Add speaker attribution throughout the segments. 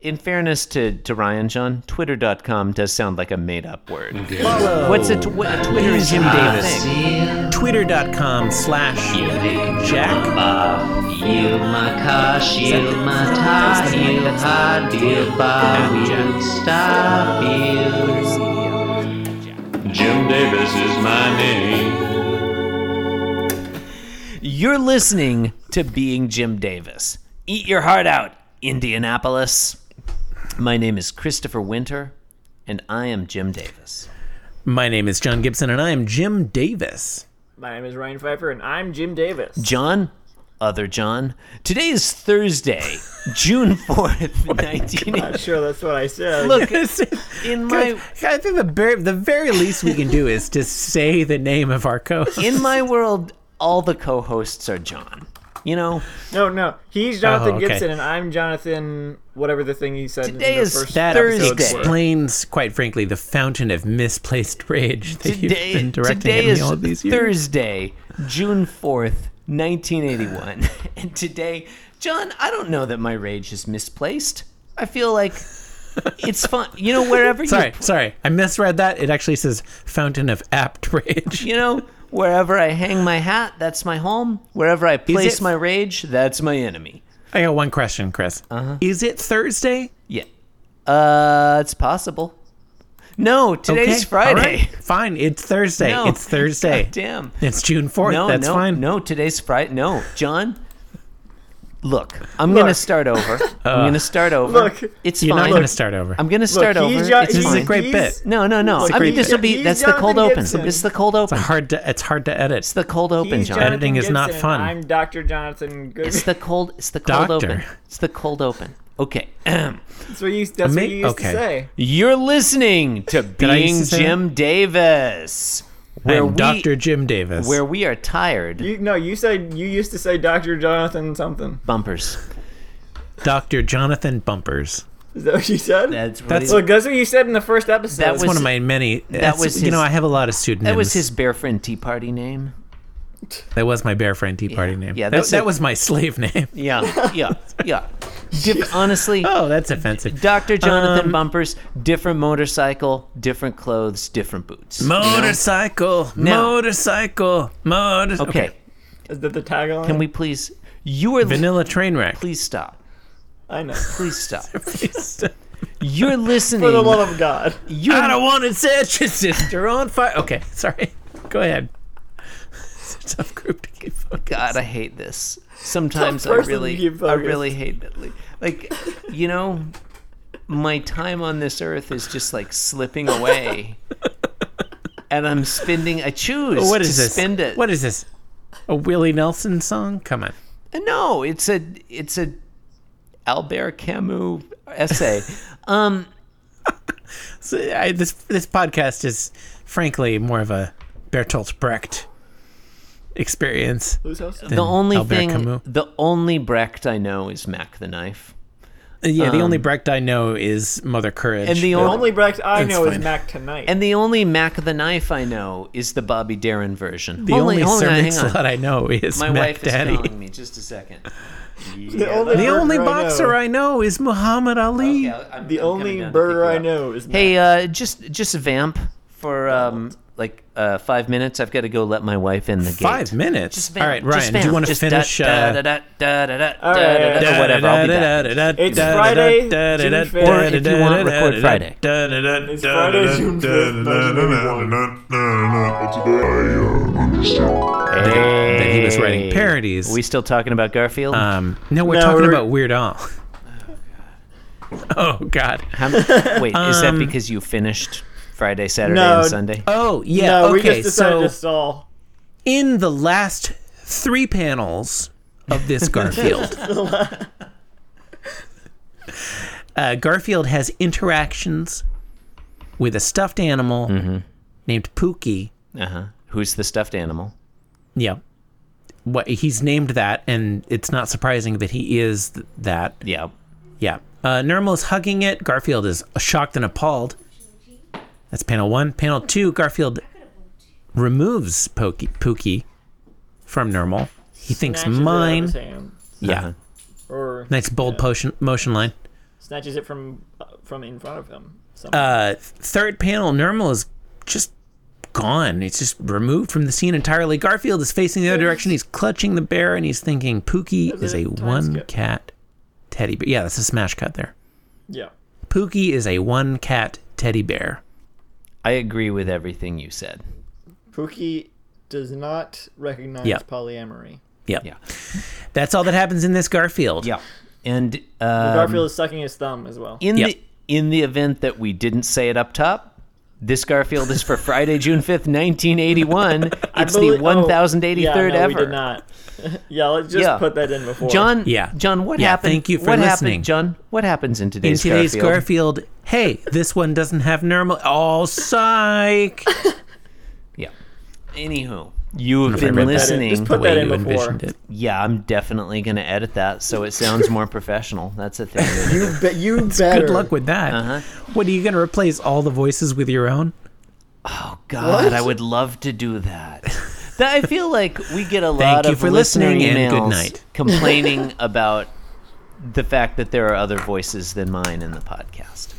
Speaker 1: in fairness to, to Ryan, John, twitter.com does sound like a made up word. What's a, tw- a Twitter is Jim Davis thing.
Speaker 2: Twitter.com slash Jack.
Speaker 3: Yield my car, shield my tie, heel high, deal by wheel, stop you. Jim Davis is my name.
Speaker 1: You're listening to Being Jim Davis. Eat your heart out, Indianapolis. My name is Christopher Winter, and I am Jim Davis.
Speaker 2: My name is John Gibson, and I am Jim Davis.
Speaker 4: My name is Ryan Pfeiffer, and I'm Jim Davis.
Speaker 1: John, other John, today is Thursday, June 4th, 1980.
Speaker 4: Not sure that's what I said.
Speaker 1: Look,
Speaker 2: I
Speaker 1: in my.
Speaker 2: think the very, the very least we can do is to say the name of our co-host.
Speaker 1: In my world, all the co hosts are John. You know,
Speaker 4: no, no, he's Jonathan
Speaker 2: Oh, okay.
Speaker 4: Gibson, and I'm Jonathan. Whatever the thing he said.
Speaker 1: Today
Speaker 4: in the
Speaker 1: is
Speaker 4: first
Speaker 2: That
Speaker 4: episode
Speaker 1: Thursday.
Speaker 4: were.
Speaker 2: explains, quite frankly, the fountain of misplaced rage that
Speaker 1: today,
Speaker 2: you've been directing
Speaker 1: today
Speaker 2: at me
Speaker 1: is
Speaker 2: all these years.
Speaker 1: Thursday, June 4th, 1981. and today, John, I don't know that my rage is misplaced. I feel like it's fun. You know, wherever
Speaker 2: Sorry,
Speaker 1: you
Speaker 2: sorry, I misread that. It actually says fountain of apt rage.
Speaker 1: you know, wherever I hang my hat, that's my home. Wherever I place
Speaker 2: it-
Speaker 1: my rage, that's my enemy.
Speaker 2: I got one question, Chris.
Speaker 1: Uh-huh.
Speaker 2: Is it Thursday?
Speaker 1: Yeah. Uh, it's possible. No, today's
Speaker 2: Okay, all
Speaker 1: Friday.
Speaker 2: right, Fine, it's Thursday.
Speaker 1: No.
Speaker 2: It's Thursday.
Speaker 1: God damn.
Speaker 2: It's June 4th.
Speaker 1: No,
Speaker 2: That's
Speaker 1: no,
Speaker 2: fine.
Speaker 1: no. Today's Friday. No, John. Look, I'm gonna start over. I'm gonna start over.
Speaker 4: Look.
Speaker 1: it's
Speaker 2: You're not
Speaker 1: fine.
Speaker 2: going to start over.
Speaker 1: I'm gonna
Speaker 4: Look,
Speaker 1: start over.
Speaker 4: he's Jo-
Speaker 1: it's
Speaker 4: he's,
Speaker 2: This is
Speaker 1: fine.
Speaker 2: a great
Speaker 4: he's-
Speaker 2: bit.
Speaker 1: No, no, no.
Speaker 4: Look,
Speaker 1: I think
Speaker 4: he's-
Speaker 1: this will be.
Speaker 4: he's
Speaker 1: That's the
Speaker 4: Jonathan
Speaker 1: cold open.
Speaker 4: Gibson.
Speaker 1: This is the cold open.
Speaker 2: hard to, it's hard to edit.
Speaker 1: It's the cold open,
Speaker 4: He's
Speaker 1: John.
Speaker 4: Jonathan
Speaker 2: Editing is not
Speaker 4: Gibson,
Speaker 2: fun.
Speaker 4: and I'm Dr. Jonathan Good.
Speaker 1: It's the cold. It's the cold
Speaker 2: Doctor.
Speaker 1: open. It's the cold open. Okay.
Speaker 4: That's what you, that's
Speaker 2: Ama-
Speaker 4: what you used
Speaker 2: okay.
Speaker 4: to say.
Speaker 1: You're listening to
Speaker 2: I used
Speaker 1: Being
Speaker 2: to say
Speaker 1: Jim Davis, where
Speaker 2: I'm
Speaker 1: we
Speaker 2: Dr. Jim Davis.
Speaker 1: where we are tired
Speaker 4: You, no, you said you used to say Dr. Jonathan something.
Speaker 1: bumpers.
Speaker 2: Dr. Jonathan Bumpers.
Speaker 4: Is that what you said?
Speaker 1: That's what
Speaker 2: That's-
Speaker 1: it-
Speaker 4: Look, that's what you said in the first episode.
Speaker 1: That
Speaker 2: It's
Speaker 1: was-
Speaker 2: one of my many. That
Speaker 1: was
Speaker 2: you
Speaker 1: his-
Speaker 2: know I have a lot of pseudonyms.
Speaker 1: that was his bear friend tea party name.
Speaker 2: That was my bear friend Tea Party name.
Speaker 1: yeah,
Speaker 2: Yeah, that,
Speaker 1: that's
Speaker 2: that
Speaker 1: it.
Speaker 2: was my slave name.
Speaker 1: Yeah, yeah, yeah. Diff- honestly,
Speaker 2: Oh, that's offensive.
Speaker 1: Dr. Jonathan
Speaker 2: Um,
Speaker 1: Bumpers, different motorcycle, different clothes, different boots.
Speaker 2: Motorcycle,
Speaker 1: Now-
Speaker 2: motorcycle, motor.
Speaker 1: okay,
Speaker 4: is that the tagline?
Speaker 1: can we please? You are.
Speaker 2: Vanilla train wreck.
Speaker 1: please stop.
Speaker 4: I know.
Speaker 1: Please stop.
Speaker 2: Please.
Speaker 1: You're listening.
Speaker 4: For the love of God.
Speaker 1: you're,
Speaker 2: I don't want to set your sister on fire. Okay, sorry. Go ahead. It's a tough group to keep focused.
Speaker 1: God, I hate this. Sometimes I
Speaker 4: First thing
Speaker 1: really,
Speaker 4: you
Speaker 1: I
Speaker 4: focus.
Speaker 1: really hate it. Like- Like, you know, my time on this earth is just like slipping away, and I'm spending. I choose
Speaker 2: What is
Speaker 1: to
Speaker 2: this?
Speaker 1: spend it.
Speaker 2: What is this? A Willie Nelson song? Come on.
Speaker 1: No, it's a it's a Albert Camus essay. um,
Speaker 2: So, I, this this podcast is frankly more of a Bertolt Brecht experience.
Speaker 4: Whose house? is it?
Speaker 1: the only
Speaker 2: Albert
Speaker 1: thing,
Speaker 2: Camus.
Speaker 1: the only Brecht I know is Mac the Knife,
Speaker 2: Yeah, the only Brecht I know is Mother Courage.
Speaker 1: and the
Speaker 2: but-
Speaker 4: The
Speaker 1: only
Speaker 4: only Brecht I
Speaker 2: That's
Speaker 4: know is
Speaker 2: fine.
Speaker 4: Mac Tonight.
Speaker 1: and the only Mac the Knife I know is the Bobby Darin version.
Speaker 2: the only,
Speaker 1: hold on,
Speaker 2: sermon
Speaker 1: hang on.
Speaker 2: slut I know is
Speaker 1: My
Speaker 2: Mac
Speaker 1: wife
Speaker 2: Daddy.
Speaker 1: is calling me. Just a second.
Speaker 4: the only,
Speaker 2: The only
Speaker 4: burger I know-
Speaker 2: boxer I know is Muhammad Ali.
Speaker 1: Yeah, I'm-
Speaker 4: The
Speaker 1: I'm coming
Speaker 4: only
Speaker 1: down to
Speaker 4: burger
Speaker 1: pick you
Speaker 4: I
Speaker 1: up.
Speaker 4: know is Mac.
Speaker 1: Hey, uh, just just vamp for um like uh five minutes. I've got to go let my wife in the gate.
Speaker 2: Five minutes.
Speaker 1: Just
Speaker 2: All
Speaker 1: vamp.
Speaker 2: right,
Speaker 1: Just
Speaker 2: Ryan, do you
Speaker 1: vamp.
Speaker 2: want to
Speaker 1: Just
Speaker 2: finish?
Speaker 1: Da, da,
Speaker 2: uh,
Speaker 1: da, da, da, da,
Speaker 4: All right.
Speaker 1: da, da, da,
Speaker 4: Da,
Speaker 1: or whatever. I'll be back.
Speaker 4: It's Friday, June fifth.
Speaker 1: Or if you want, record Friday.
Speaker 4: It's Friday, June 5th, 1981.
Speaker 2: That he was writing parodies.
Speaker 1: Are we still talking about Garfield?
Speaker 2: um, no, we're
Speaker 4: No,
Speaker 2: talking
Speaker 4: we're-
Speaker 2: about Weird Al. Oh God.
Speaker 1: How m- wait, is
Speaker 2: um,
Speaker 1: that because you finished Friday, Saturday,
Speaker 4: No.
Speaker 1: and Sunday?
Speaker 2: Oh yeah.
Speaker 4: No, we
Speaker 2: okay,
Speaker 4: just decided
Speaker 2: so
Speaker 4: to stall.
Speaker 2: in the last three panels of this Garfield. uh, Garfield has interactions with a stuffed animal
Speaker 4: Mm-hmm.
Speaker 2: named Pookie.
Speaker 1: Uh huh. Who's the stuffed animal?
Speaker 2: Yeah. What he's named that, and it's not surprising that he is th- that.
Speaker 1: Yeah.
Speaker 2: Yeah. Uh, Nermal's hugging it. Garfield is shocked and appalled. That's panel one. Panel two, Garfield removes Pokey, Pookie from Nermal. He thinks
Speaker 4: Snatches it out of
Speaker 2: mine.
Speaker 4: his hand.
Speaker 2: Yeah.
Speaker 1: Uh-huh.
Speaker 4: Or
Speaker 2: Nice bold potion, motion line.
Speaker 5: snatches it from uh, from in front of him. So
Speaker 2: uh, third panel, Normal is just gone. It's just removed from the scene entirely. Garfield is facing the other direction. He's clutching the bear and he's thinking Pookie
Speaker 5: That's
Speaker 2: is
Speaker 5: a
Speaker 2: a
Speaker 5: time
Speaker 2: one
Speaker 5: skip.
Speaker 2: cat teddy bear. Yeah, that's a smash cut there.
Speaker 5: yeah,
Speaker 2: Pookie is a one cat teddy bear.
Speaker 1: I agree with everything you said.
Speaker 5: Pookie does not recognize
Speaker 2: Yeah.
Speaker 5: polyamory.
Speaker 2: Yep.
Speaker 1: Yeah.
Speaker 2: That's all that happens in this Garfield.
Speaker 1: Yeah. And
Speaker 2: Um,
Speaker 5: But
Speaker 1: uh,
Speaker 5: Garfield is sucking his thumb as well.
Speaker 1: in
Speaker 2: Yep.
Speaker 1: the in the event that we didn't say it up top, this Garfield is for Friday, June fifth, nineteen eighty one.
Speaker 5: I
Speaker 1: It's
Speaker 5: believe-
Speaker 1: the
Speaker 5: oh,
Speaker 1: one thousand eighty third
Speaker 5: yeah, no,
Speaker 1: ever.
Speaker 5: We did not. yeah, let's just
Speaker 1: Yeah.
Speaker 5: put that in before.
Speaker 1: John,
Speaker 2: Yeah.
Speaker 1: John, what
Speaker 2: Yeah,
Speaker 1: happened?
Speaker 2: thank you for
Speaker 1: what
Speaker 2: listening.
Speaker 1: Happened, John, what happens in
Speaker 2: In
Speaker 1: today's,
Speaker 2: today's
Speaker 1: Garfield?
Speaker 2: Garfield. hey, this one doesn't have normal. Oh, psych!
Speaker 1: Yeah. Anywho, you've been
Speaker 2: read that in-
Speaker 5: Put that in- just put that
Speaker 1: listening.
Speaker 2: the way
Speaker 5: in
Speaker 2: you
Speaker 5: before.
Speaker 2: envisioned it.
Speaker 1: Yeah, I'm definitely going to edit that so it sounds more professional. That's a thing.
Speaker 5: You, be- you better.
Speaker 2: Good luck with that. What are you going to replace all the voices with your own?
Speaker 1: Oh God,
Speaker 5: What?
Speaker 1: I would love to do that. That I feel like we get a lot
Speaker 2: Thank you
Speaker 1: of
Speaker 2: for
Speaker 1: listener
Speaker 2: listening and good
Speaker 1: emails
Speaker 2: night.
Speaker 1: complaining about the fact that there are other voices than mine in the podcast.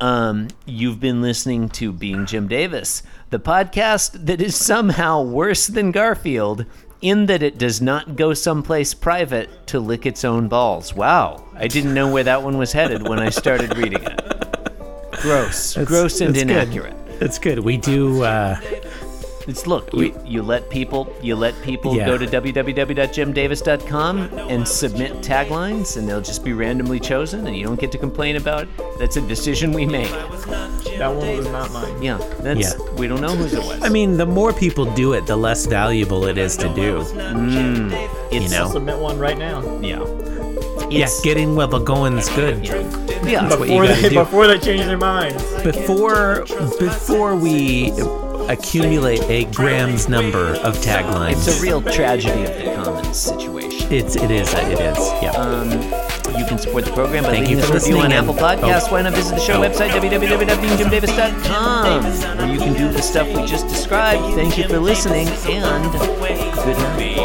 Speaker 1: Um, you've been listening to Being Jim Davis, the podcast that is somehow worse than Garfield in that it does not go someplace private to lick its own balls. Wow, I didn't know where that one was headed when I started reading it. Gross, gross and
Speaker 2: that's good.
Speaker 1: inaccurate.
Speaker 2: That's good. We do. Uh,
Speaker 1: It's look, you, you let people you let people
Speaker 2: Yeah.
Speaker 1: go to www.jimdavis.com and submit taglines and they'll just be randomly chosen and you don't get to complain about it. That's a decision we make.
Speaker 5: That one was not mine.
Speaker 1: Yeah. That's
Speaker 2: Yeah.
Speaker 1: we don't know whose it was.
Speaker 2: I mean, the more people do it, the less valuable it is to do.
Speaker 1: it's,
Speaker 2: You know,
Speaker 5: Submit one right now.
Speaker 1: Yeah.
Speaker 2: yeah,
Speaker 1: It's-
Speaker 2: getting where the going's good.
Speaker 1: yeah.
Speaker 2: That's what you
Speaker 5: Before
Speaker 2: got
Speaker 5: they,
Speaker 2: to do.
Speaker 5: before they change their minds.
Speaker 2: Before before we accumulate a grams number of taglines,
Speaker 1: It's a real tragedy of the commons situation.
Speaker 2: it's it is it is. Yeah.
Speaker 1: You can support the program by
Speaker 2: Thank you
Speaker 1: leaving us a
Speaker 2: for
Speaker 1: review on Apple
Speaker 2: listening, and-
Speaker 1: Podcasts.
Speaker 2: oh.
Speaker 1: Why not visit the show
Speaker 2: Oh.
Speaker 1: website, www.beingjimdavis.com, where you can do the stuff we just described. Thank you for listening, and good night.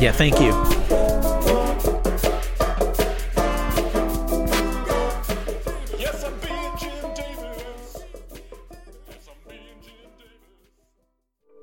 Speaker 2: Yeah. Thank you.
Speaker 4: Yes, I'm being Jim Davis. Yes, I'm being Jim Davis.